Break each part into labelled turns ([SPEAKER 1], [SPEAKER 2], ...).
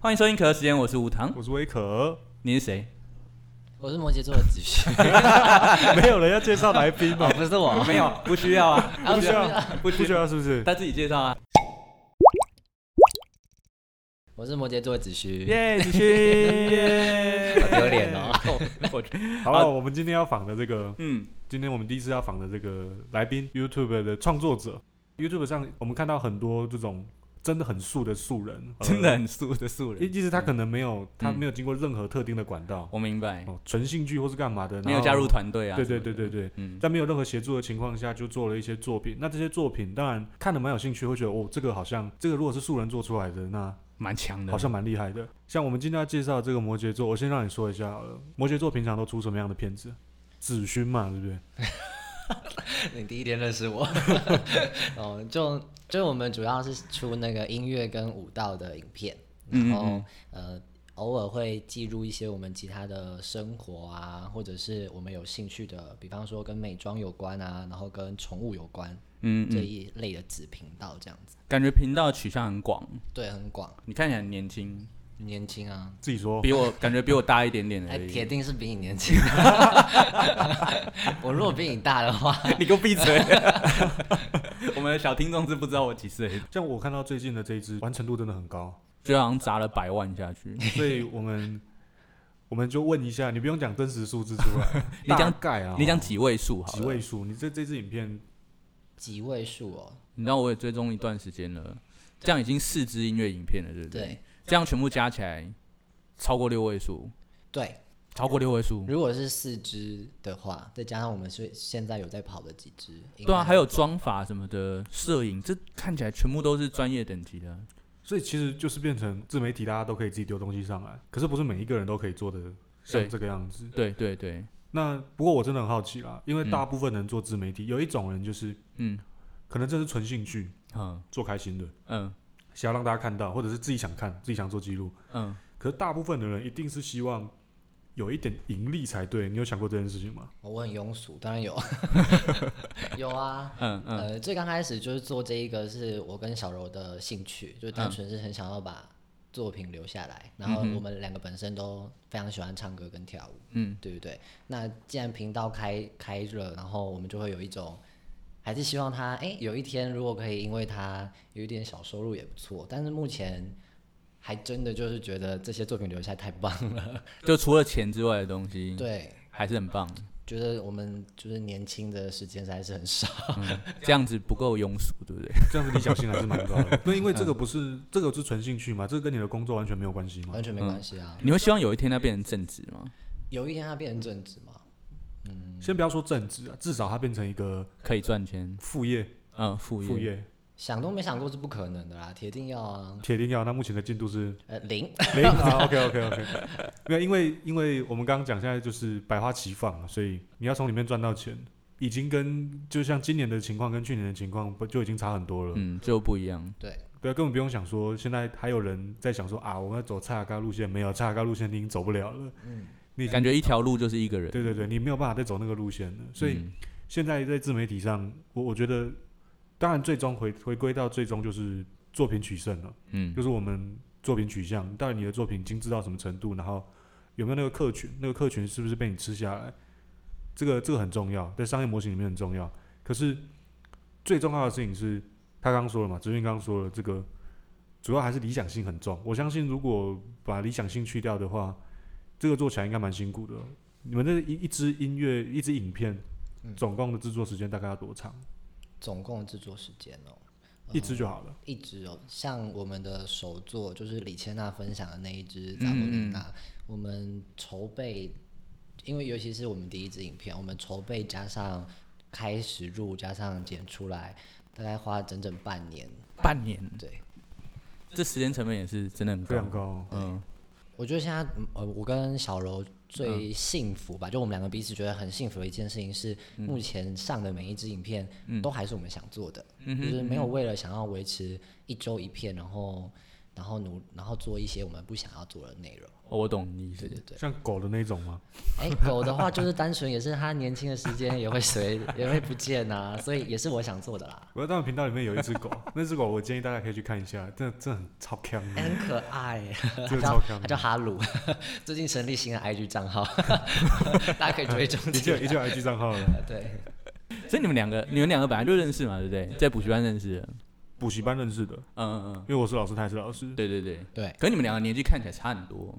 [SPEAKER 1] 欢迎收听《可乐时间》，我是吴糖，
[SPEAKER 2] 我是威可，
[SPEAKER 1] 你是谁？
[SPEAKER 3] 我是摩羯座的子旭，
[SPEAKER 2] 没有人要介绍来宾
[SPEAKER 3] 哦
[SPEAKER 2] 吗？
[SPEAKER 3] 不 是我，
[SPEAKER 1] 没有，不需要 啊，
[SPEAKER 2] 不需要，不需要，是不是？
[SPEAKER 1] 他自己介绍啊。
[SPEAKER 3] 我是摩羯座的子旭，
[SPEAKER 1] 耶，子 勋，
[SPEAKER 3] 好丢脸哦。
[SPEAKER 1] 我
[SPEAKER 2] 好了，我们今天要访的这个，
[SPEAKER 1] 嗯，
[SPEAKER 2] 今天我们第一次要访的这个来宾，YouTube 的创作者，YouTube 上我们看到很多这种真的很素的素人，呃
[SPEAKER 1] 真的，很素的素
[SPEAKER 2] 意
[SPEAKER 1] 人，
[SPEAKER 2] 意思他可能没有，他
[SPEAKER 1] 嗯
[SPEAKER 2] 没有经过任何特定的管道，
[SPEAKER 1] 我明白，
[SPEAKER 2] 哦，纯兴趣或是干嘛的，
[SPEAKER 1] 没有
[SPEAKER 2] 然后
[SPEAKER 1] 加入团队啊。
[SPEAKER 2] 对对对对，对。
[SPEAKER 1] 嗯，
[SPEAKER 2] 在没有任何协助的情况下，就做了一些作品。那这些作品当然看的蛮有兴趣，会觉得哦，这个好像这个如果是素人做出来的，那
[SPEAKER 1] 蛮强的，
[SPEAKER 2] 好像蛮厉害的。像我们今天要介绍这个摩羯座，我先让你说一下好了。摩羯座平常都出什么样的片子？子勋嘛，对不对？
[SPEAKER 3] 你第一天认识我， 哦，就就我们主要是出那个音乐跟舞蹈的影片，
[SPEAKER 1] 嗯嗯
[SPEAKER 3] 然后呃偶尔会记录一些我们其他的生活啊，或者是我们有兴趣的，比方说跟美妆有关啊，然后跟宠物有关
[SPEAKER 1] 嗯
[SPEAKER 3] 这
[SPEAKER 1] 嗯，
[SPEAKER 3] 一类的子频道这样子，
[SPEAKER 1] 感觉频道取向很广，
[SPEAKER 3] 对，很广，
[SPEAKER 1] 你看起来很年轻，
[SPEAKER 3] 年轻啊，
[SPEAKER 2] 自己说。
[SPEAKER 1] 比我感觉比我大一点 点而
[SPEAKER 3] 哎，铁
[SPEAKER 1] 已。
[SPEAKER 3] 定是比你年轻。 我如果比你大的话，
[SPEAKER 1] 你给我闭嘴！我们的小听众是不知道我几岁，
[SPEAKER 2] 像我看到最近的这一支完成度真的很 高，
[SPEAKER 1] 就好像砸了百万下去。，
[SPEAKER 2] 所以我们我们就问一下，你不用讲真实数字出来
[SPEAKER 1] 你讲
[SPEAKER 2] 大概啊，
[SPEAKER 1] 你讲几位数好？
[SPEAKER 2] 几？位数？你这这支影片
[SPEAKER 3] 几位数哦。
[SPEAKER 1] 你知道我也追踪一段时间了，这样已经四支音乐影片了，对不对？
[SPEAKER 3] 对
[SPEAKER 1] 这样全部加起来超过六位数，
[SPEAKER 3] 对，
[SPEAKER 1] 超过六位数。
[SPEAKER 3] 如果是四只的话，再加上我们是现在有在跑的几只，应
[SPEAKER 1] 对啊，
[SPEAKER 3] 该
[SPEAKER 1] 还有妆法什么的，摄影，这看起来全部都是专业等级的。
[SPEAKER 2] 所以其实就是变成自媒体，大家都可以自己丢东西上来，可是不是每一个人都可以做的
[SPEAKER 1] 对
[SPEAKER 2] 像这个样子。
[SPEAKER 1] 对对对，
[SPEAKER 2] 那不过我真的很好奇啦，因为大部分人做自媒体，有一种人就是
[SPEAKER 1] 嗯
[SPEAKER 2] 可能这是纯兴趣，
[SPEAKER 1] 嗯
[SPEAKER 2] 做开心的，
[SPEAKER 1] 嗯
[SPEAKER 2] 想要让大家看到，或者是自己想看，自己想做记录。
[SPEAKER 1] 嗯，
[SPEAKER 2] 可是大部分的人一定是希望有一点盈利才对。你有想过这件事情 吗？
[SPEAKER 3] 哦我很庸俗，当然有， 有啊。
[SPEAKER 1] 嗯嗯
[SPEAKER 3] 呃，最刚开始就是做这一个是我跟小柔的兴趣，就单纯是很想要把作品留下来。然后
[SPEAKER 1] 嗯嗯哼
[SPEAKER 3] 我们两个本身都非常喜欢唱歌跟跳舞，
[SPEAKER 1] 嗯，
[SPEAKER 3] 对不对？那既然频道开开了，然后我们就会有一种，还是希望他哎、诶有一天如果可以，因为他有一点小收入也不错。但是目前还真的就是觉得这些作品留下来太棒了，
[SPEAKER 1] 就除了钱之外的东西，
[SPEAKER 3] 对，
[SPEAKER 1] 还是很棒。
[SPEAKER 3] 觉得我们就是年轻的时间实在是很少。
[SPEAKER 1] 这样子不够庸俗，对不对？
[SPEAKER 2] 这样子理想性还是蛮高 的。那因为这个不是这个是纯兴趣嘛，这个跟你的工作完全没有关系嘛。
[SPEAKER 3] 完全没关系啊。
[SPEAKER 1] 你会希望有一天它变成正职吗？
[SPEAKER 3] 有一天他变成正职嘛，
[SPEAKER 2] 先不要说正职啊，至少它变成一个
[SPEAKER 1] 可以赚钱，
[SPEAKER 2] 副业，
[SPEAKER 1] 嗯，副业，
[SPEAKER 2] 副业
[SPEAKER 3] 想都没想过是不可能的啦，铁定要啊。
[SPEAKER 2] 铁定要。那目前的进度是
[SPEAKER 3] 呃，零，
[SPEAKER 2] 零啊。OK OK OK，没 有，因为因为我们刚刚讲现在就是百花齐放啊，所以你要从里面赚到钱。已经跟就像今年的情况跟去年的情况不就已经差很多了，
[SPEAKER 1] 嗯，就不一样。
[SPEAKER 3] 对，
[SPEAKER 2] 对啊，根本不用想说，现在还有人在想说啊，我们要走叉嘎路线，没有叉嘎路线你已经走不了了。
[SPEAKER 3] 嗯，
[SPEAKER 2] 你
[SPEAKER 1] 感觉一条路就是一个人，
[SPEAKER 2] 对对对，你没有办法再走那个路线了。所以
[SPEAKER 1] 嗯
[SPEAKER 2] 现在在自媒体上，我我觉得，当然最终回回归到最终就是作品取胜了，
[SPEAKER 1] 嗯
[SPEAKER 2] 就是我们作品取向，到底你的作品精致到什么程度，然后有没有那个客群，那个客群是不是被你吃下来，这个这个很重要，在商业模型里面很重要。可是最重要的事情是，他刚刚说了嘛，子俊刚刚说了，这个主要还是理想性很重。我相信，如果把理想性去掉的话，这个做起来应该蛮辛苦的。你们这一一支音乐、一支影片，总共的制作时间大概要多长？
[SPEAKER 3] 总共制作时间哦、
[SPEAKER 2] 一支就好了。
[SPEAKER 3] 一直有像我们的首作，就是李千娜分享的那一支《扎布琳娜》，啊我们筹备，因为尤其是我们第一支影片，我们筹备加上开始录加上剪出来，大概花了整整半年。
[SPEAKER 1] 半年，
[SPEAKER 3] 对，
[SPEAKER 1] 这时间成本也是真的很
[SPEAKER 2] 非常
[SPEAKER 1] 高。
[SPEAKER 2] 高，
[SPEAKER 1] 嗯
[SPEAKER 3] 我觉得现在嗯呃，我跟小柔最幸福吧，就我们两个彼此觉得很幸福的一件事情是，目前上的每一支影片嗯都还是我们想做的，就是没有为了想要维持一周一片，然后然后努然后做一些我们不想要做的内容。
[SPEAKER 1] 哦，我懂你意思
[SPEAKER 3] 对。对对，
[SPEAKER 2] 像狗的那种吗？
[SPEAKER 3] 哎，狗的话就是单纯也是它年轻的时间也会随 也会不见啊，所以也是我想做的啦。
[SPEAKER 2] 我在他们频道里面有一只狗，那只狗我建议大家可以去看一下，真的真的很超强
[SPEAKER 3] 哎，
[SPEAKER 2] 的，
[SPEAKER 3] 很可爱，
[SPEAKER 2] 真
[SPEAKER 3] 它
[SPEAKER 2] 的
[SPEAKER 3] 叫
[SPEAKER 2] 超强
[SPEAKER 3] 它叫
[SPEAKER 2] 的。
[SPEAKER 3] 哈鲁， 最近成立新的 IG 账 号，大家可以追踪
[SPEAKER 2] 已
[SPEAKER 3] 起
[SPEAKER 2] 经有
[SPEAKER 3] 来。
[SPEAKER 2] 已经有 IG 账号了，
[SPEAKER 3] 对，
[SPEAKER 1] 所以你们两个，你们两个本来就认识嘛，对不对？在补习班认识的。
[SPEAKER 2] 补习班认识的，
[SPEAKER 1] 嗯嗯
[SPEAKER 2] 因为我是老师，他也是老师
[SPEAKER 1] 嗯，。对对对。
[SPEAKER 3] 对，
[SPEAKER 1] 可你们两个年纪看起来差很多。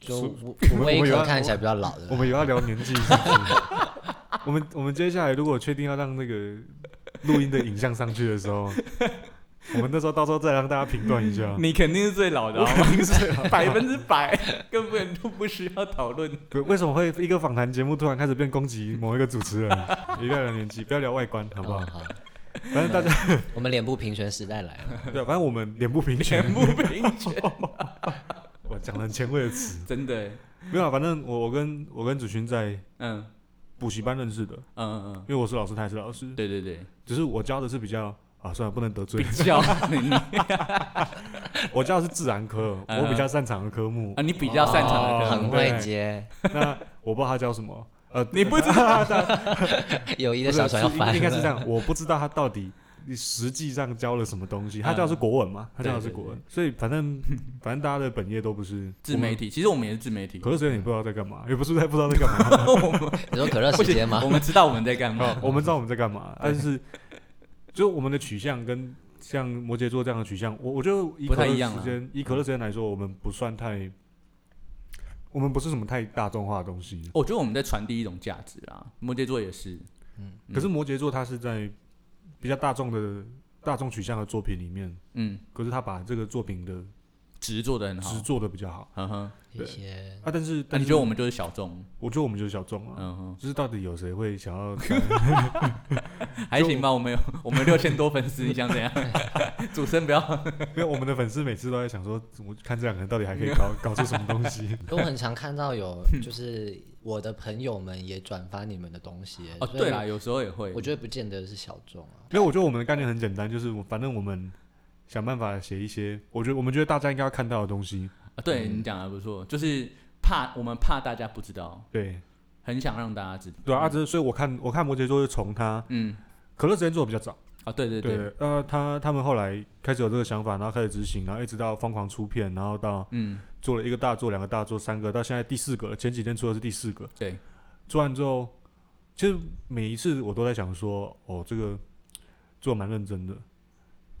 [SPEAKER 3] 就是我
[SPEAKER 2] 我们
[SPEAKER 3] 威
[SPEAKER 2] 我以为
[SPEAKER 3] 哥
[SPEAKER 2] 他
[SPEAKER 3] 看起来比较老的
[SPEAKER 2] 我，们有要聊年纪是不是？ 我们我们接下来如果确定要让那个录音的影像上去的时候，我们那时候到时候再让大家评断一下。
[SPEAKER 1] 你肯定是最老的
[SPEAKER 2] 我 肯定是啊
[SPEAKER 1] 百分之百，根本就不需要讨 论。
[SPEAKER 2] 不为什么会一个访谈节目突然开始变攻击某一个主持人？ 一个人年纪，不要聊外观，好不好
[SPEAKER 3] 嗯？好，
[SPEAKER 2] 反正大家
[SPEAKER 3] 我们脸部平权时代来了。
[SPEAKER 2] 对，反正我们脸部平
[SPEAKER 1] 全
[SPEAKER 2] 权。
[SPEAKER 1] 部平权，
[SPEAKER 2] 我讲了很前卫的词，
[SPEAKER 1] 真的欸，
[SPEAKER 2] 没有啊，反正我我跟我跟子勋在
[SPEAKER 1] 嗯
[SPEAKER 2] 补习班认识的，
[SPEAKER 1] 嗯嗯
[SPEAKER 2] 因为我是老师，他也是老师
[SPEAKER 1] 嗯，，对对对，
[SPEAKER 2] 只是我教的是比较啊，算了，不能得罪
[SPEAKER 1] 比， 较你
[SPEAKER 2] 我教的是自然科，
[SPEAKER 1] 嗯
[SPEAKER 2] 我比较擅长的科目
[SPEAKER 1] 啊，。你比较擅长的
[SPEAKER 2] 哦
[SPEAKER 1] 科
[SPEAKER 3] 很
[SPEAKER 1] 目，
[SPEAKER 3] 会接，
[SPEAKER 2] 那我不知道他教什么，呃，
[SPEAKER 1] 你不知
[SPEAKER 2] 道，
[SPEAKER 3] 友谊
[SPEAKER 2] 不
[SPEAKER 3] 的
[SPEAKER 2] 是
[SPEAKER 3] 小船要
[SPEAKER 2] 是
[SPEAKER 3] 翻了。
[SPEAKER 2] 应该是这样，我不知道他到底实际上教了什么东
[SPEAKER 1] 嗯
[SPEAKER 2] 西，他教的是国文嘛，他教的是国文，所以反正 反正大家的本业都不是
[SPEAKER 1] 自媒，体，其实我们也是自媒 体
[SPEAKER 2] 我们，可是有点不知道在干嘛，也不是在不知道在干嘛。
[SPEAKER 3] 你说可乐时间吗
[SPEAKER 1] 我？们知道我们在干嘛，
[SPEAKER 2] 好，我们知道我们在干嘛，但是就我们的取向跟像摩羯座这样的取向，我我觉得以
[SPEAKER 1] 不
[SPEAKER 2] 可
[SPEAKER 1] 太
[SPEAKER 2] 乐
[SPEAKER 1] 一样啊嗯
[SPEAKER 2] 时
[SPEAKER 1] 啦
[SPEAKER 2] 间，以可乐时间来说，我们不算太，我们不是什么太大众化的东西。
[SPEAKER 1] 我觉得我们在传递一种价值啦，摩羯座也是，嗯
[SPEAKER 2] 可是摩羯座他是在比较大众的大众取向的作品里面，
[SPEAKER 1] 嗯，
[SPEAKER 2] 可是他把这个作品的
[SPEAKER 1] 值做的很好
[SPEAKER 2] 值，做的比较好
[SPEAKER 1] 嗯哼，
[SPEAKER 3] 一些
[SPEAKER 2] 啊。但
[SPEAKER 1] 嗯
[SPEAKER 2] 是，
[SPEAKER 1] 那
[SPEAKER 2] 但
[SPEAKER 1] 你
[SPEAKER 2] 是
[SPEAKER 1] 觉得我们就是小众，
[SPEAKER 2] 我觉得我们就是小众啊，
[SPEAKER 1] 嗯哼，
[SPEAKER 2] 就是到底有谁会想要在？
[SPEAKER 1] 还行吧，我们有 我们有六千多粉丝，你想 怎样？主持人不要，
[SPEAKER 2] 因为我们的粉丝每次都在想说，我看这两个人到底还可以 搞搞出什么东西？
[SPEAKER 3] 因为我很常看到有，就是我的朋友们也转发你们的东西。
[SPEAKER 1] 哦，
[SPEAKER 3] 所以
[SPEAKER 1] 对啦，有时候也会
[SPEAKER 3] 我，我，觉得不见得是小众啊。
[SPEAKER 2] 因为我觉得我们的概念很简单，就是我反正我们想办法写一些，我觉得我们觉得大家应该要看到的东西。
[SPEAKER 1] 啊对
[SPEAKER 3] 嗯
[SPEAKER 1] 你讲的还不错，就是怕我们怕大家不知道，
[SPEAKER 2] 对
[SPEAKER 1] 很想让大家知道，
[SPEAKER 2] 对啊，啊，这所以我看我看摩羯座是从他
[SPEAKER 1] 嗯，
[SPEAKER 2] 可乐时间做的比较早。
[SPEAKER 1] 啊，对对对，
[SPEAKER 2] 对，呃，他他们后来开始有这个想法，然后开始执行，然后一直到疯狂出片，然后到
[SPEAKER 1] 嗯，
[SPEAKER 2] 做了一个大作、两个大作、三个，到现在第四个了。前几天出的是第四个，
[SPEAKER 1] 对，
[SPEAKER 2] 做完之后，其实每一次我都在想说，哦，这个做得蛮认真的，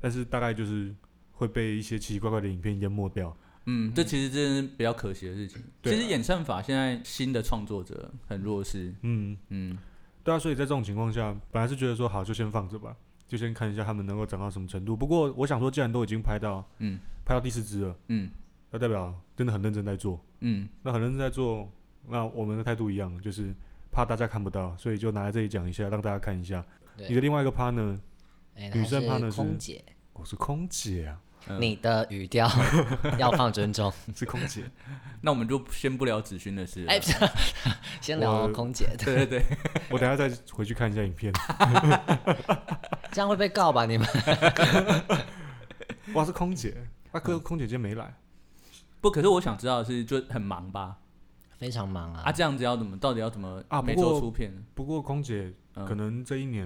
[SPEAKER 2] 但是大概就是会被一些奇奇怪怪的影片淹没掉。
[SPEAKER 1] 嗯，这其实真是比较可惜的事情。
[SPEAKER 2] 对
[SPEAKER 1] 其
[SPEAKER 2] 啊
[SPEAKER 1] 实演算法现在新的创作者很弱势，
[SPEAKER 2] 嗯，
[SPEAKER 1] 嗯，
[SPEAKER 2] 对啊，所以在这种情况下，本来是觉得说好就先放着吧，就先看一下他们能够长到什么程度。不过我想说，既然都已经拍到，
[SPEAKER 1] 嗯，
[SPEAKER 2] 拍到第四支了，
[SPEAKER 1] 嗯
[SPEAKER 2] 那代表真的很认真在做。
[SPEAKER 1] 嗯，
[SPEAKER 2] 那很多人在做，那我们的态度一样，就是怕大家看不到，所以就拿来这里讲一下，让大家看一下。
[SPEAKER 3] 对
[SPEAKER 2] 你的另外一个 partner，
[SPEAKER 3] 哎，
[SPEAKER 2] 女生怕
[SPEAKER 3] 还
[SPEAKER 2] 的
[SPEAKER 3] 是
[SPEAKER 2] 是
[SPEAKER 3] 空姐，
[SPEAKER 2] 我、是空姐啊，
[SPEAKER 1] 嗯
[SPEAKER 3] 你的语调要放尊重。
[SPEAKER 2] 是空姐。
[SPEAKER 1] 那我们就先不聊子勋的事了。
[SPEAKER 3] 哎，先聊空姐，
[SPEAKER 1] 对对对，
[SPEAKER 2] 我等一下再回去看一下影片。
[SPEAKER 3] 这样会被告吧？你们
[SPEAKER 2] 哇，是空姐，啊，
[SPEAKER 1] 嗯
[SPEAKER 2] 可空姐今天没来，
[SPEAKER 1] 不，可是我想知道的是，就很忙吧？
[SPEAKER 3] 非常忙
[SPEAKER 1] 啊，
[SPEAKER 3] 啊。
[SPEAKER 1] 这样子要怎么？到底要怎么
[SPEAKER 2] 啊不
[SPEAKER 1] 每周
[SPEAKER 2] 过
[SPEAKER 1] 出片？
[SPEAKER 2] 不过空姐
[SPEAKER 1] 嗯
[SPEAKER 2] 可能这一年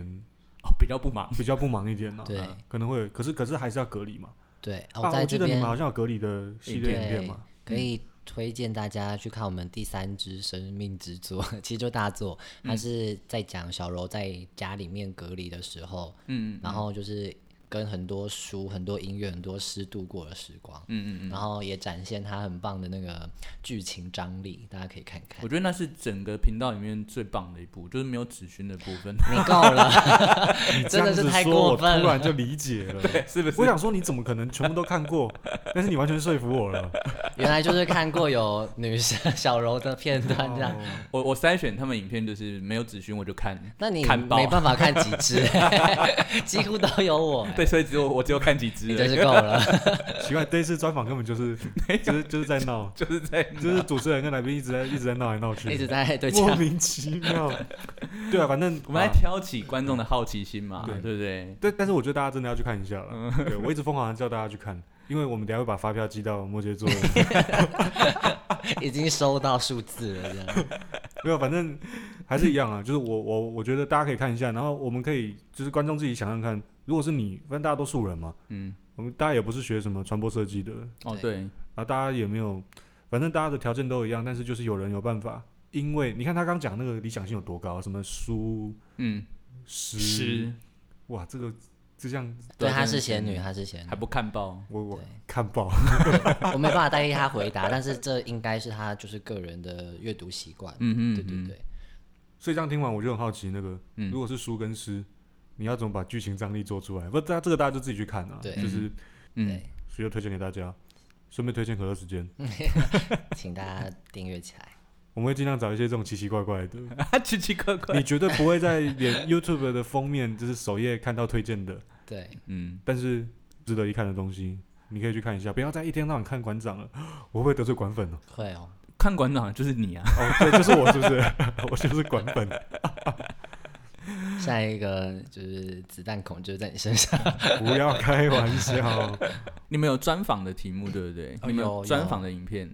[SPEAKER 1] 哦，比较不忙。
[SPEAKER 2] 比较不忙一
[SPEAKER 1] 啊
[SPEAKER 2] 点啦、哦
[SPEAKER 3] 对
[SPEAKER 2] 可能会有，可是可是还是要隔离嘛。
[SPEAKER 3] 对，哦
[SPEAKER 2] 啊，
[SPEAKER 3] 在
[SPEAKER 2] 我记
[SPEAKER 3] 这
[SPEAKER 2] 得你
[SPEAKER 3] 边
[SPEAKER 2] 们好像有隔离的系列影片 嘛。
[SPEAKER 3] 可
[SPEAKER 1] 嗯
[SPEAKER 3] 以推荐大家去看我们第三支《生命之作》， 其实就大作，它是在讲小柔在家里面隔离的时候，
[SPEAKER 1] 嗯
[SPEAKER 3] 然后就是跟很多书、很多音乐、很多诗度过的时光，
[SPEAKER 1] 嗯嗯，
[SPEAKER 3] 然后也展现他很棒的那个剧情张力，大家可以看看
[SPEAKER 1] 我。觉得那是整个频道里面最棒的一部，就是没有子勋的部分，
[SPEAKER 3] 你够了，
[SPEAKER 2] 你这
[SPEAKER 3] 真
[SPEAKER 2] 样
[SPEAKER 3] 的是
[SPEAKER 2] 子
[SPEAKER 3] 太
[SPEAKER 2] 说，
[SPEAKER 3] 过
[SPEAKER 2] 我突
[SPEAKER 3] 分了
[SPEAKER 2] 然就理解 了。
[SPEAKER 1] 是不是
[SPEAKER 2] 我？想说，你怎么可能全部都看过？但是你完全说服我了。
[SPEAKER 3] 原来就是看过有女生小柔的片段这样。
[SPEAKER 2] 哦
[SPEAKER 1] 我我筛选他们影片就是没有子勋我就看，
[SPEAKER 3] 那你
[SPEAKER 1] 看爆
[SPEAKER 3] 没办法看几支， 几乎都有我，
[SPEAKER 1] 对，所以只有我只有看几 支而
[SPEAKER 3] 你
[SPEAKER 1] 已，，
[SPEAKER 3] 真是够了。
[SPEAKER 2] 奇怪，这一次专访根本就是就是就是在闹
[SPEAKER 1] 就是在
[SPEAKER 2] 就是主持人跟来宾一直在一直在闹来闹
[SPEAKER 3] 一直
[SPEAKER 2] 去，
[SPEAKER 3] 在对
[SPEAKER 2] 莫
[SPEAKER 3] 枪。
[SPEAKER 2] 名其妙。对啊，反正
[SPEAKER 1] 我们来
[SPEAKER 2] 啊
[SPEAKER 1] 挑起观众的好奇心嘛，
[SPEAKER 2] 对
[SPEAKER 1] 对不对？
[SPEAKER 3] 嗯
[SPEAKER 2] 但但是我觉得大家真的要去看一下了。对我一直疯狂的叫大家去看，因为我们等一下会把发票寄到摩羯座的，
[SPEAKER 3] 已经收到数字了，这样。
[SPEAKER 2] 没有，反正还是一样啊。就是我我我觉得大家可以看一下，然后我们可以就是观众自己想想看，如果是你，反正大家都素人嘛，
[SPEAKER 1] 嗯，
[SPEAKER 2] 我们大家也不是学什么传播设计的，
[SPEAKER 1] 哦对，
[SPEAKER 2] 啊，大家也没有，反正大家的条件都一样，但是就是有人有办法，因为你看他刚讲那个理想性有多高，什么书
[SPEAKER 1] 嗯，
[SPEAKER 2] 诗，
[SPEAKER 1] 诗
[SPEAKER 2] 哇，这个这项
[SPEAKER 3] 对，她
[SPEAKER 1] 真的
[SPEAKER 3] 是
[SPEAKER 1] 是
[SPEAKER 3] 仙女，她是仙女
[SPEAKER 1] 还。不看报，
[SPEAKER 2] 我我
[SPEAKER 3] 对
[SPEAKER 2] 看爆，
[SPEAKER 3] 我没办法代替他回答， 但是这应该是他就是个人的阅读习惯。
[SPEAKER 1] 嗯嗯，
[SPEAKER 3] 对对
[SPEAKER 1] 嗯，
[SPEAKER 3] 对，
[SPEAKER 2] 所以这样听完我就很好奇，那个、
[SPEAKER 1] 嗯
[SPEAKER 2] 如果是书跟诗，你要怎么把剧情张力做出来？不，大家这个大家就自己去看啊，
[SPEAKER 3] 对
[SPEAKER 2] 就是
[SPEAKER 1] 嗯
[SPEAKER 3] 对，
[SPEAKER 2] 所以就推荐给大家，顺便推荐可乐时间，
[SPEAKER 1] 嗯
[SPEAKER 3] 请大家订阅起来。
[SPEAKER 2] 我们会尽量找一些这种奇奇怪怪的，
[SPEAKER 1] 奇奇怪怪，
[SPEAKER 2] 你绝对不会在 连 YouTube 的封面就是首页看到推荐的。
[SPEAKER 3] 对，
[SPEAKER 1] 嗯，
[SPEAKER 2] 但是值得一看的东西，你可以去看一下，不要再一天到晚看馆长了， 我会不会得罪馆粉呢、
[SPEAKER 3] 会 哦，
[SPEAKER 1] 看馆长就是你啊，
[SPEAKER 2] 哦，对，就是我，是 不是？我就是馆粉。
[SPEAKER 3] 下一个就是子弹孔就在你身上。
[SPEAKER 2] 不要开玩笑，
[SPEAKER 1] 你们有专访的题目对不对？
[SPEAKER 3] 哦
[SPEAKER 1] 你们
[SPEAKER 3] 有
[SPEAKER 1] 专
[SPEAKER 3] 有
[SPEAKER 1] 访的影片，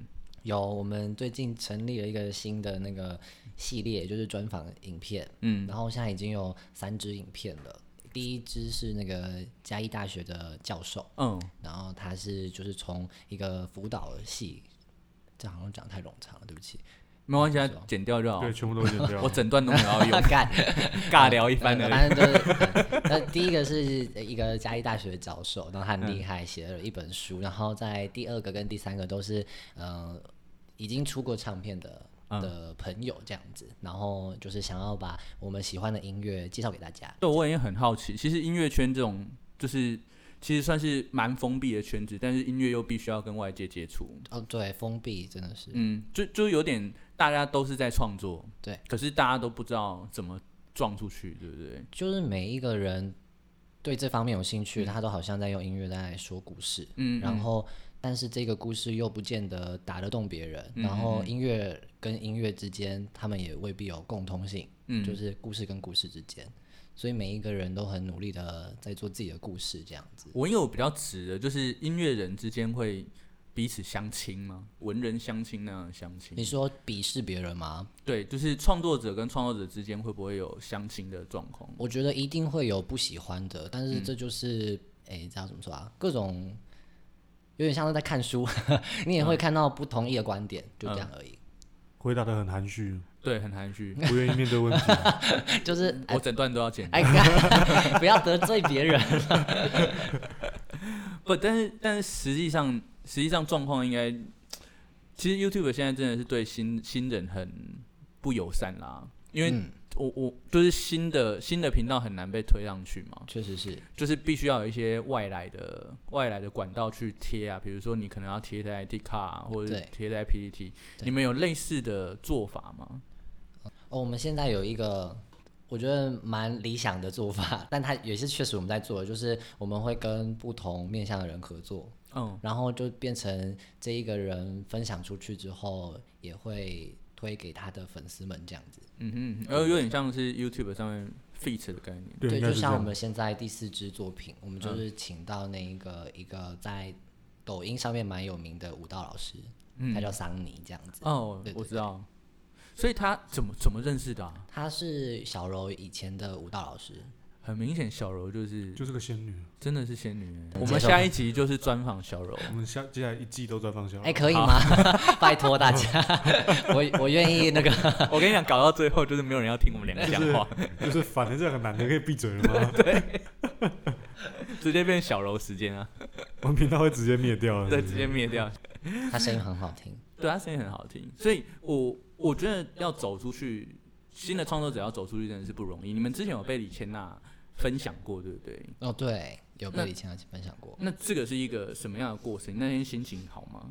[SPEAKER 3] 有，我们最近成立了一个新的那个系列，就是专访影片，
[SPEAKER 1] 嗯
[SPEAKER 3] 然后现在已经有三支影片了。第一支是那个嘉义大学的教授，
[SPEAKER 1] 嗯，
[SPEAKER 3] 然后他是就是从一个辅导系，这好像讲太冗长了，对不起。
[SPEAKER 1] 没关系，啊，剪掉就好
[SPEAKER 2] 对，，全部都剪掉
[SPEAKER 1] 我。整段都没有要用，
[SPEAKER 3] 啊 干，
[SPEAKER 1] 尬聊一番而已。
[SPEAKER 3] 反正就是， 那第一个是一个嘉义大学的教授，然后他很厉害，写了一本书，然后在第二个跟第三个都是呃已经出过唱片的。
[SPEAKER 1] 嗯
[SPEAKER 3] 的朋友这样子，然后就是想要把我们喜欢的音乐介绍给大家。
[SPEAKER 1] 对，我也很好奇。其实音乐圈这种，就是其实算是蛮封闭的圈子，但是音乐又必须要跟外界接触。
[SPEAKER 3] 哦，对，封闭真的是，
[SPEAKER 1] 嗯，就就有点大家都是在创作，
[SPEAKER 3] 对，
[SPEAKER 1] 可是大家都不知道怎么撞出去，对不对？
[SPEAKER 3] 就是每一个人对这方面有兴趣，他都好像在用音乐在说故事。
[SPEAKER 1] 嗯，
[SPEAKER 3] 然
[SPEAKER 1] 嗯
[SPEAKER 3] 后但是这个故事又不见得打得动别人，
[SPEAKER 1] 嗯
[SPEAKER 3] 然后
[SPEAKER 1] 嗯
[SPEAKER 3] 音乐跟音乐之间，他们也未必有共通性，
[SPEAKER 1] 嗯
[SPEAKER 3] 就是故事跟故事之间，所以每一个人都很努力的在做自己的故事，这样子。
[SPEAKER 1] 我有比较直的，就是音乐人之间会彼此相亲吗？文人相亲那样的相亲
[SPEAKER 3] 你？说鄙视别人吗？
[SPEAKER 1] 对，就是创作者跟创作者之间会不会有相亲的状况？
[SPEAKER 3] 我觉得一定会有不喜欢的，但
[SPEAKER 1] 嗯
[SPEAKER 3] 是这就是，诶，这要怎么说啊？各种有点像是在看书， 你也会
[SPEAKER 1] 嗯
[SPEAKER 3] 看到不同意的观点，就这样而已。
[SPEAKER 2] 回答的很含蓄，，
[SPEAKER 1] 对，很含蓄
[SPEAKER 2] 不愿意面对 问题。
[SPEAKER 3] 就是
[SPEAKER 1] 嗯
[SPEAKER 3] 哎
[SPEAKER 1] 我整段都要剪。
[SPEAKER 3] 哎 干，不要得罪别人。
[SPEAKER 1] 不，但是但是实际上实际上状况应该，其实 YouTube 现在真的是对新新人很不友善啦，因为
[SPEAKER 3] 嗯
[SPEAKER 1] 我、我就是新的新的频道很难被推上去嘛，
[SPEAKER 3] 确实是，
[SPEAKER 1] 就是必须要有一些外来的外来的管道去贴啊，比如说你可能要贴在 d 卡、啊、或者是
[SPEAKER 3] 对
[SPEAKER 1] 贴在 PPT，
[SPEAKER 3] 对
[SPEAKER 1] 你们有类似的做法吗？
[SPEAKER 3] 哦，我们现在有一个我觉得蛮理想的做法，但它也是确实我们在做的，就是我们会跟不同面向的人合作，
[SPEAKER 1] 嗯
[SPEAKER 3] 然后就变成这一个人分享出去之后，也会推给他的粉丝们这样子。
[SPEAKER 1] 嗯哼，然后有点像是 YouTube 上面 feat 的概念。
[SPEAKER 2] 对，应该
[SPEAKER 3] 就是
[SPEAKER 2] 这
[SPEAKER 3] 像我
[SPEAKER 2] 样。嗯
[SPEAKER 3] 们现在第四支作品，我们就是请到那一个一个在抖音上面蛮有名的舞蹈老师，
[SPEAKER 2] 嗯
[SPEAKER 3] 他叫桑尼这样子。
[SPEAKER 1] 哦
[SPEAKER 3] 对，对
[SPEAKER 1] 我知道，所以他怎么怎么认识的啊？
[SPEAKER 3] 他是小柔以前的舞蹈老师，
[SPEAKER 1] 很明显，小柔就是
[SPEAKER 2] 就是个仙女，
[SPEAKER 1] 真的是仙女欸。
[SPEAKER 3] 等
[SPEAKER 1] 我
[SPEAKER 3] 介
[SPEAKER 1] 们
[SPEAKER 3] 绍
[SPEAKER 1] 下一集就是专访小柔。
[SPEAKER 2] 我们下接下来一季都在放小。
[SPEAKER 3] 哎、可以吗？ 拜托大家， 我我愿意那个。
[SPEAKER 1] 我跟你讲，搞到最后就是没有人要听我们两个讲话，
[SPEAKER 2] 就是反正这个男的可以闭嘴了吗？
[SPEAKER 1] 直接变小柔时间啊，
[SPEAKER 2] 我们频道会直接灭掉了。
[SPEAKER 1] 对，直接灭掉。
[SPEAKER 3] 他声音很好听，
[SPEAKER 1] 对，他声音很好听，所以我我觉得要走出去，新的创作者要走出去真的是不容易。你们之前有被李千娜分享过，对不对？
[SPEAKER 3] 哦，对，有
[SPEAKER 1] 那
[SPEAKER 3] 被李千娜分享过。
[SPEAKER 1] 那这个是一个什么样的过程？那天心情好吗？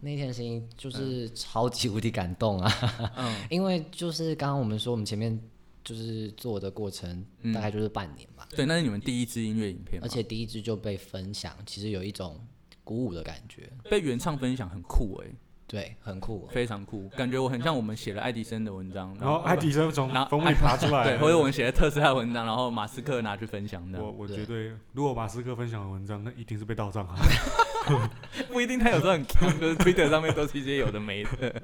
[SPEAKER 3] 那天的声音就是超级无敌感动啊！
[SPEAKER 1] 嗯
[SPEAKER 3] 因为就是刚刚我们说，我们前面就是做的过程
[SPEAKER 1] 嗯
[SPEAKER 3] 大概就是半年吧，
[SPEAKER 1] 对，那是你们第一支音乐影片吗，
[SPEAKER 3] 而且第一支就被分享，其实有一种鼓舞的感觉，
[SPEAKER 1] 被原唱分享很酷哎、
[SPEAKER 3] 对，很酷、哦。
[SPEAKER 1] 非常酷，感觉我很像我们写了爱迪生的文章，
[SPEAKER 2] 然后爱迪生从
[SPEAKER 1] 然后
[SPEAKER 2] 风里爬出来
[SPEAKER 1] 对，。或者我们写了特斯拉的文章，然后马斯克拿去分享的
[SPEAKER 2] 我。我
[SPEAKER 3] 对
[SPEAKER 2] 绝对，如果马斯克分享的文章，那一定是被盗账啊！
[SPEAKER 1] 不一定，他有时候很坑，就是 Twitter 上面都是一些有的没的。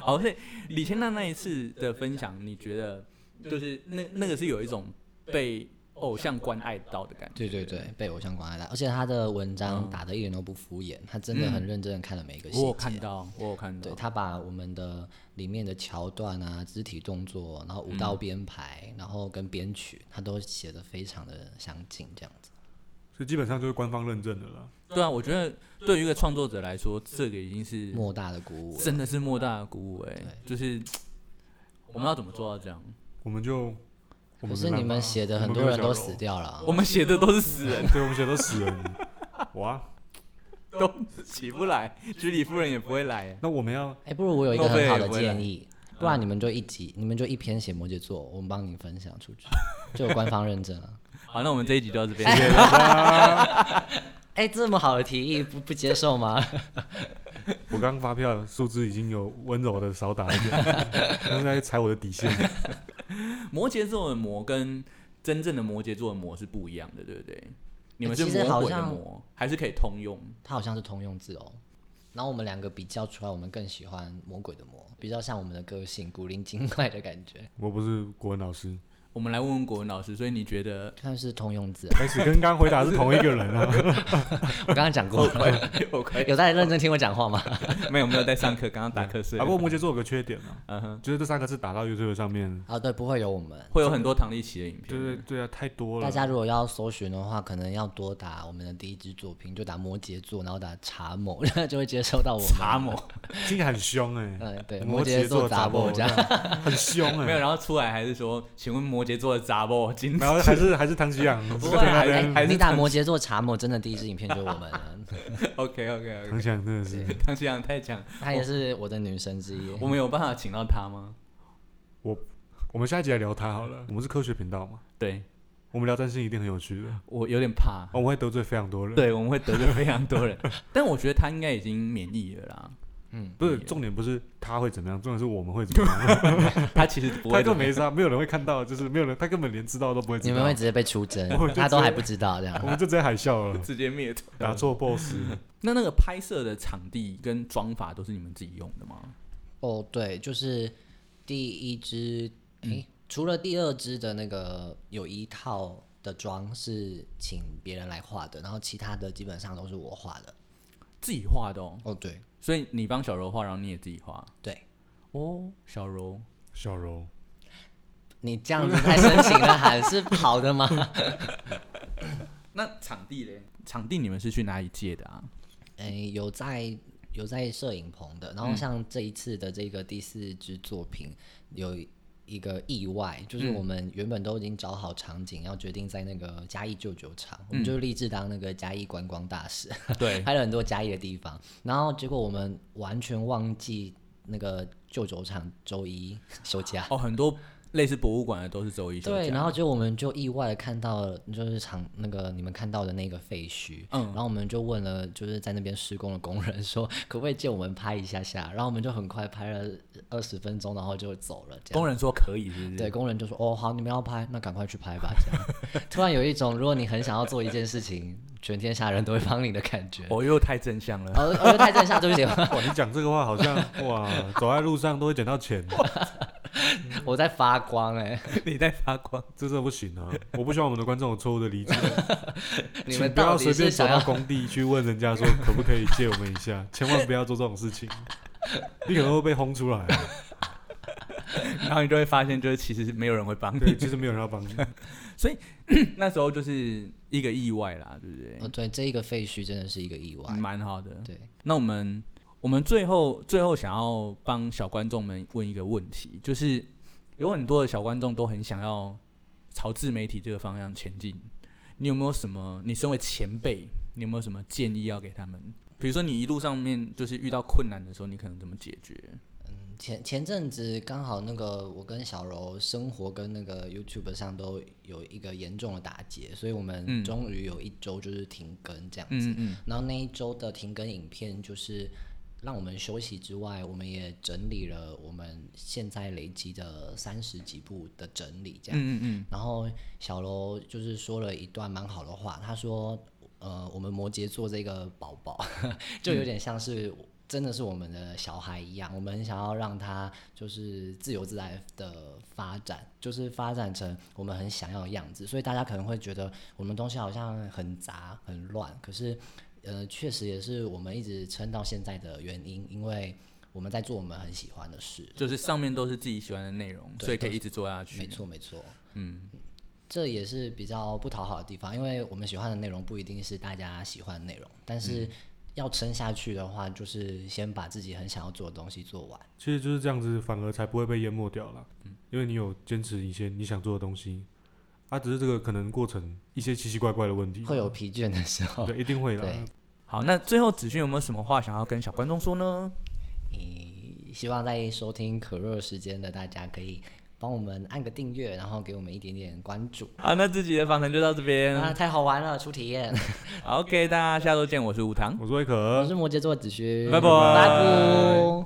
[SPEAKER 1] 好，所以李千娜那一次的分享，你觉得就是那那个是有一种被偶像关爱到的感觉？
[SPEAKER 3] 对对嗯对，被偶像关爱了，而且他的文章打的一点都不敷衍，他真的很认真的嗯看了每一个细
[SPEAKER 1] 我有
[SPEAKER 3] 节。
[SPEAKER 1] 看到，啊我有看到
[SPEAKER 3] 对。他把我们的里面的桥段啊、肢体动作，然后舞
[SPEAKER 1] 嗯
[SPEAKER 3] 蹈编排，然后跟编曲，他都写的非常的相近，这样子。
[SPEAKER 2] 所以基本上就是官方认证的啦。
[SPEAKER 1] 对啊，我觉得对于一个创作者来说，这个已经是
[SPEAKER 3] 莫大的鼓舞了，
[SPEAKER 1] 真的是莫大的鼓舞哎、
[SPEAKER 3] 对
[SPEAKER 1] 就是我们要怎么做到这样？
[SPEAKER 2] 我们就我
[SPEAKER 3] 可
[SPEAKER 2] 们
[SPEAKER 3] 是你们写的很多人都死掉了啊，
[SPEAKER 1] 我们写的都是死人，
[SPEAKER 2] 掉，对，我们写的都死人。哇，
[SPEAKER 1] 都 起不来，居里夫人也不会来、欸。
[SPEAKER 2] 那我们要
[SPEAKER 3] 哎、不如我有一个
[SPEAKER 1] 诺贝尔
[SPEAKER 3] 很好
[SPEAKER 1] 也
[SPEAKER 3] 的
[SPEAKER 1] 不会嗯来
[SPEAKER 3] 建议，不然你们就一集，你们就一篇写摩羯座，我们帮你分享出去， 就有官方认证啊。
[SPEAKER 1] 好，那我们这一集就到这边。
[SPEAKER 3] 哎、这么好的提议不不接受吗？
[SPEAKER 2] 我刚发票数字已经有温柔的少打一 点，刚才踩我的底线。
[SPEAKER 1] 摩羯座的 魔跟真正的摩羯座的魔是不一样的，对不对？你们是
[SPEAKER 3] 哎其实
[SPEAKER 1] 魔
[SPEAKER 3] 好
[SPEAKER 1] 鬼的
[SPEAKER 3] 像
[SPEAKER 1] 魔，还是可以通用？
[SPEAKER 3] 它好像是通用字哦。然后我们两个比较出来，我们更喜欢魔鬼的魔，比较像我们的个性，古灵精怪的感觉。
[SPEAKER 2] 我不是国文老师，
[SPEAKER 1] 我们来问问国文老师，所以你觉得
[SPEAKER 3] 看是通用字、啊，
[SPEAKER 2] 开始跟刚刚回答是同一个人啊。
[SPEAKER 3] 我刚刚讲过，
[SPEAKER 1] 有快
[SPEAKER 3] 有在认真听我讲话吗？
[SPEAKER 1] 没有没有在上课，刚刚打瞌睡
[SPEAKER 2] 啊，不。过摩羯座有个缺点啊，
[SPEAKER 1] 嗯哼，
[SPEAKER 2] 就是这三个字打到 YouTube 上面，
[SPEAKER 3] 啊，对，不会有我们。
[SPEAKER 1] 会有很多唐立奇的影片。
[SPEAKER 2] 对对对啊，太多
[SPEAKER 3] 大
[SPEAKER 2] 了。
[SPEAKER 3] 家如果要搜寻的话，可能要多打我们的第一支作品，就打摩羯座，然后打查某， 就会接收到我们。
[SPEAKER 1] 查某，
[SPEAKER 2] 听起来很凶哎，
[SPEAKER 3] 嗯，对，
[SPEAKER 2] 摩
[SPEAKER 3] 羯座
[SPEAKER 2] 杂
[SPEAKER 3] 杂波 这样。
[SPEAKER 2] 很 凶
[SPEAKER 1] 没有，
[SPEAKER 2] 哎。
[SPEAKER 1] 然后出来还是说，请问摩羯座的杂波今
[SPEAKER 2] 然后还是还是唐吉阳，
[SPEAKER 1] 不
[SPEAKER 2] 啊是
[SPEAKER 1] 会
[SPEAKER 3] 啊
[SPEAKER 2] 在那
[SPEAKER 1] 还
[SPEAKER 2] 边
[SPEAKER 1] 还是
[SPEAKER 3] 哎你打摩羯座查某，真的第一支影片就是我们啊了。
[SPEAKER 1] OK OK
[SPEAKER 2] 唐
[SPEAKER 1] OK，
[SPEAKER 2] 嗯吉阳真的是，
[SPEAKER 1] 唐夕阳太强，
[SPEAKER 3] 她也是我的女神之一。
[SPEAKER 1] 我们有办法请到他吗？
[SPEAKER 2] 我们下一集来聊他好了。我们是科学频道嘛，
[SPEAKER 1] 对
[SPEAKER 2] 我们聊占星一定很有趣的，
[SPEAKER 1] 我有点怕，
[SPEAKER 2] 我们会得罪非常多人。
[SPEAKER 1] 对我们会得罪非常多人， 但我觉得他应该已经免疫了啦。
[SPEAKER 2] 不是重点，不是他会怎么样，重点是我们会怎么样。
[SPEAKER 1] 他其实不
[SPEAKER 2] 他
[SPEAKER 1] 会
[SPEAKER 2] 就没啥，没有人会看到，就是没有人，他根本连知道都不会知道。
[SPEAKER 3] 你们会直接被出征
[SPEAKER 2] 我就，
[SPEAKER 3] 她都还不知道这
[SPEAKER 2] 我
[SPEAKER 3] 样。
[SPEAKER 2] 们就直接海啸 了，
[SPEAKER 1] 直接灭掉。
[SPEAKER 2] 打错 BOSS。
[SPEAKER 1] 啊那那个拍摄的场地跟妆法都是你们自己用的吗？
[SPEAKER 3] 哦，对，就是第一支，诶，除了第二支的那个有一套的妆是请别人来画的，然后其他的基本上都是我画的。
[SPEAKER 1] 自己画的哦，
[SPEAKER 3] 哦，对
[SPEAKER 1] 所以你帮小柔画，然后你也自己画
[SPEAKER 3] 对，
[SPEAKER 1] 哦。小柔，
[SPEAKER 2] 小柔，
[SPEAKER 3] 你这样子太深情了，喊是好的吗？
[SPEAKER 1] 那场地嘞？场地你们是去哪里借的啊？
[SPEAKER 3] 诶，有在有在摄影棚的，然后像这一次的这个第四支作品有。一个意外，就是我们原本都已经找好场景，要决定在那个嘉义旧酒厂，我们就立志当那个嘉义观光大使。
[SPEAKER 1] 对，
[SPEAKER 3] 拍了很多嘉义的地方，然后结果我们完全忘记那个旧酒厂周一休 假。
[SPEAKER 1] 哦，很多类似博物馆的都是周一休假。
[SPEAKER 3] 对，然后结果我们就意外的看到了，就是厂那个你们看到的那个废墟，
[SPEAKER 1] 嗯
[SPEAKER 3] 然后我们就问了就是在那边施工的工人说， 可不可以借我们拍一下下？然后我们就很快拍了二十分钟，然后就走了。这样
[SPEAKER 1] 工人说可以，是不
[SPEAKER 3] 对
[SPEAKER 1] 是？
[SPEAKER 3] 工人就说，哦好，你们要拍，那赶快去拍吧。这样 突然有一种，如果你很想要做一件事情，全天下人都会帮你的感觉。
[SPEAKER 1] 哦，又太正向 了。
[SPEAKER 3] 哦，我就太正向，对不起，
[SPEAKER 2] 哇，你讲这个话好像哇，走在路上都会捡到钱，
[SPEAKER 3] 我在发光哎、
[SPEAKER 1] 你在发光，
[SPEAKER 2] 这真的不行啊！我不希望我们的观众有错误的理解，
[SPEAKER 3] 你
[SPEAKER 2] 请
[SPEAKER 3] 们
[SPEAKER 2] 不要
[SPEAKER 3] 到底
[SPEAKER 2] 随
[SPEAKER 3] 是
[SPEAKER 2] 便走
[SPEAKER 3] 想
[SPEAKER 2] 到
[SPEAKER 3] 要？
[SPEAKER 2] 工地去问人家说可不可以借我们一下，千万不要做这种事情，你可能会被轰出来。啊
[SPEAKER 1] 然后你就会发现，就是其实没有人会帮
[SPEAKER 2] 对，
[SPEAKER 1] 你。
[SPEAKER 2] 其实没有人要 帮你。
[SPEAKER 1] 那时候就是一个意外啦，对不对
[SPEAKER 3] 哦，？对，这一个废墟真的是一个意外。
[SPEAKER 1] 嗯蛮好的。
[SPEAKER 3] 对，
[SPEAKER 1] 那我们我们最后最后想要帮小观众们问一个问题，就是有很多的小观众都很想要朝自媒体这个方向前进，你有没有什么？你身为前辈，你有没有什么建议要给他们？比如说你一路上面就是遇到困难的时候，你可能怎么解决？
[SPEAKER 3] 嗯前前阵子刚好那个我跟小柔生活跟那个 YouTube 上都有一个严重的打结，所以我
[SPEAKER 1] 嗯
[SPEAKER 3] 们终于有一周就是停更这样子。
[SPEAKER 1] 嗯嗯
[SPEAKER 3] 然后那一周的停更影片就是让我们休息之外，我们也整理了我们现在累积的三十几部的整理这
[SPEAKER 1] 嗯
[SPEAKER 3] 样。
[SPEAKER 1] 嗯嗯，
[SPEAKER 3] 然后小楼就是说了一段蛮好的话，他说呃，我们摩羯座这个宝宝， 就有点像是真的是我们的小孩一样，我们很想要让他就是自由自在的发展，就是发展成我们很想要的样子。所以大家可能会觉得我们东西好像很杂很乱，可是呃，确实也是我们一直撑到现在的原因，因为我们在做我们很喜欢的事。
[SPEAKER 1] 就是上面都是自己喜欢的内容，
[SPEAKER 3] 对
[SPEAKER 1] 所以可以一直做下去。
[SPEAKER 3] 没错，没错。嗯，这也是比较不讨好的地方，因为我们喜欢的内容不一定是大家喜欢的内容，但是要撑下去的话，就是先把自己很想要做的东西做完。
[SPEAKER 2] 其实就是这样子，反而才不会被淹没掉了。
[SPEAKER 3] 嗯
[SPEAKER 2] 因为你有坚持一些你想做的东西，啊，只是这个可能过程一些奇奇怪怪的问题，
[SPEAKER 3] 会有疲倦的时候，
[SPEAKER 2] 对，一定会
[SPEAKER 3] 对嗯
[SPEAKER 2] 的。
[SPEAKER 1] 好，那最后子勋有没有什么话想要跟小观众说呢？
[SPEAKER 3] 你希望在收听可乐时间的大家可以帮我们按个订阅，然后给我们一点点关注。
[SPEAKER 1] 好，那这集的访谈就到这
[SPEAKER 3] 啊，
[SPEAKER 1] 边。
[SPEAKER 3] 太好玩了，出体验！
[SPEAKER 1] 好 OK，大家下周见，我是吴糖。
[SPEAKER 2] 我说一
[SPEAKER 3] 我
[SPEAKER 2] 可，
[SPEAKER 3] 是摩羯座子勋，
[SPEAKER 1] 拜拜
[SPEAKER 3] 拜拜。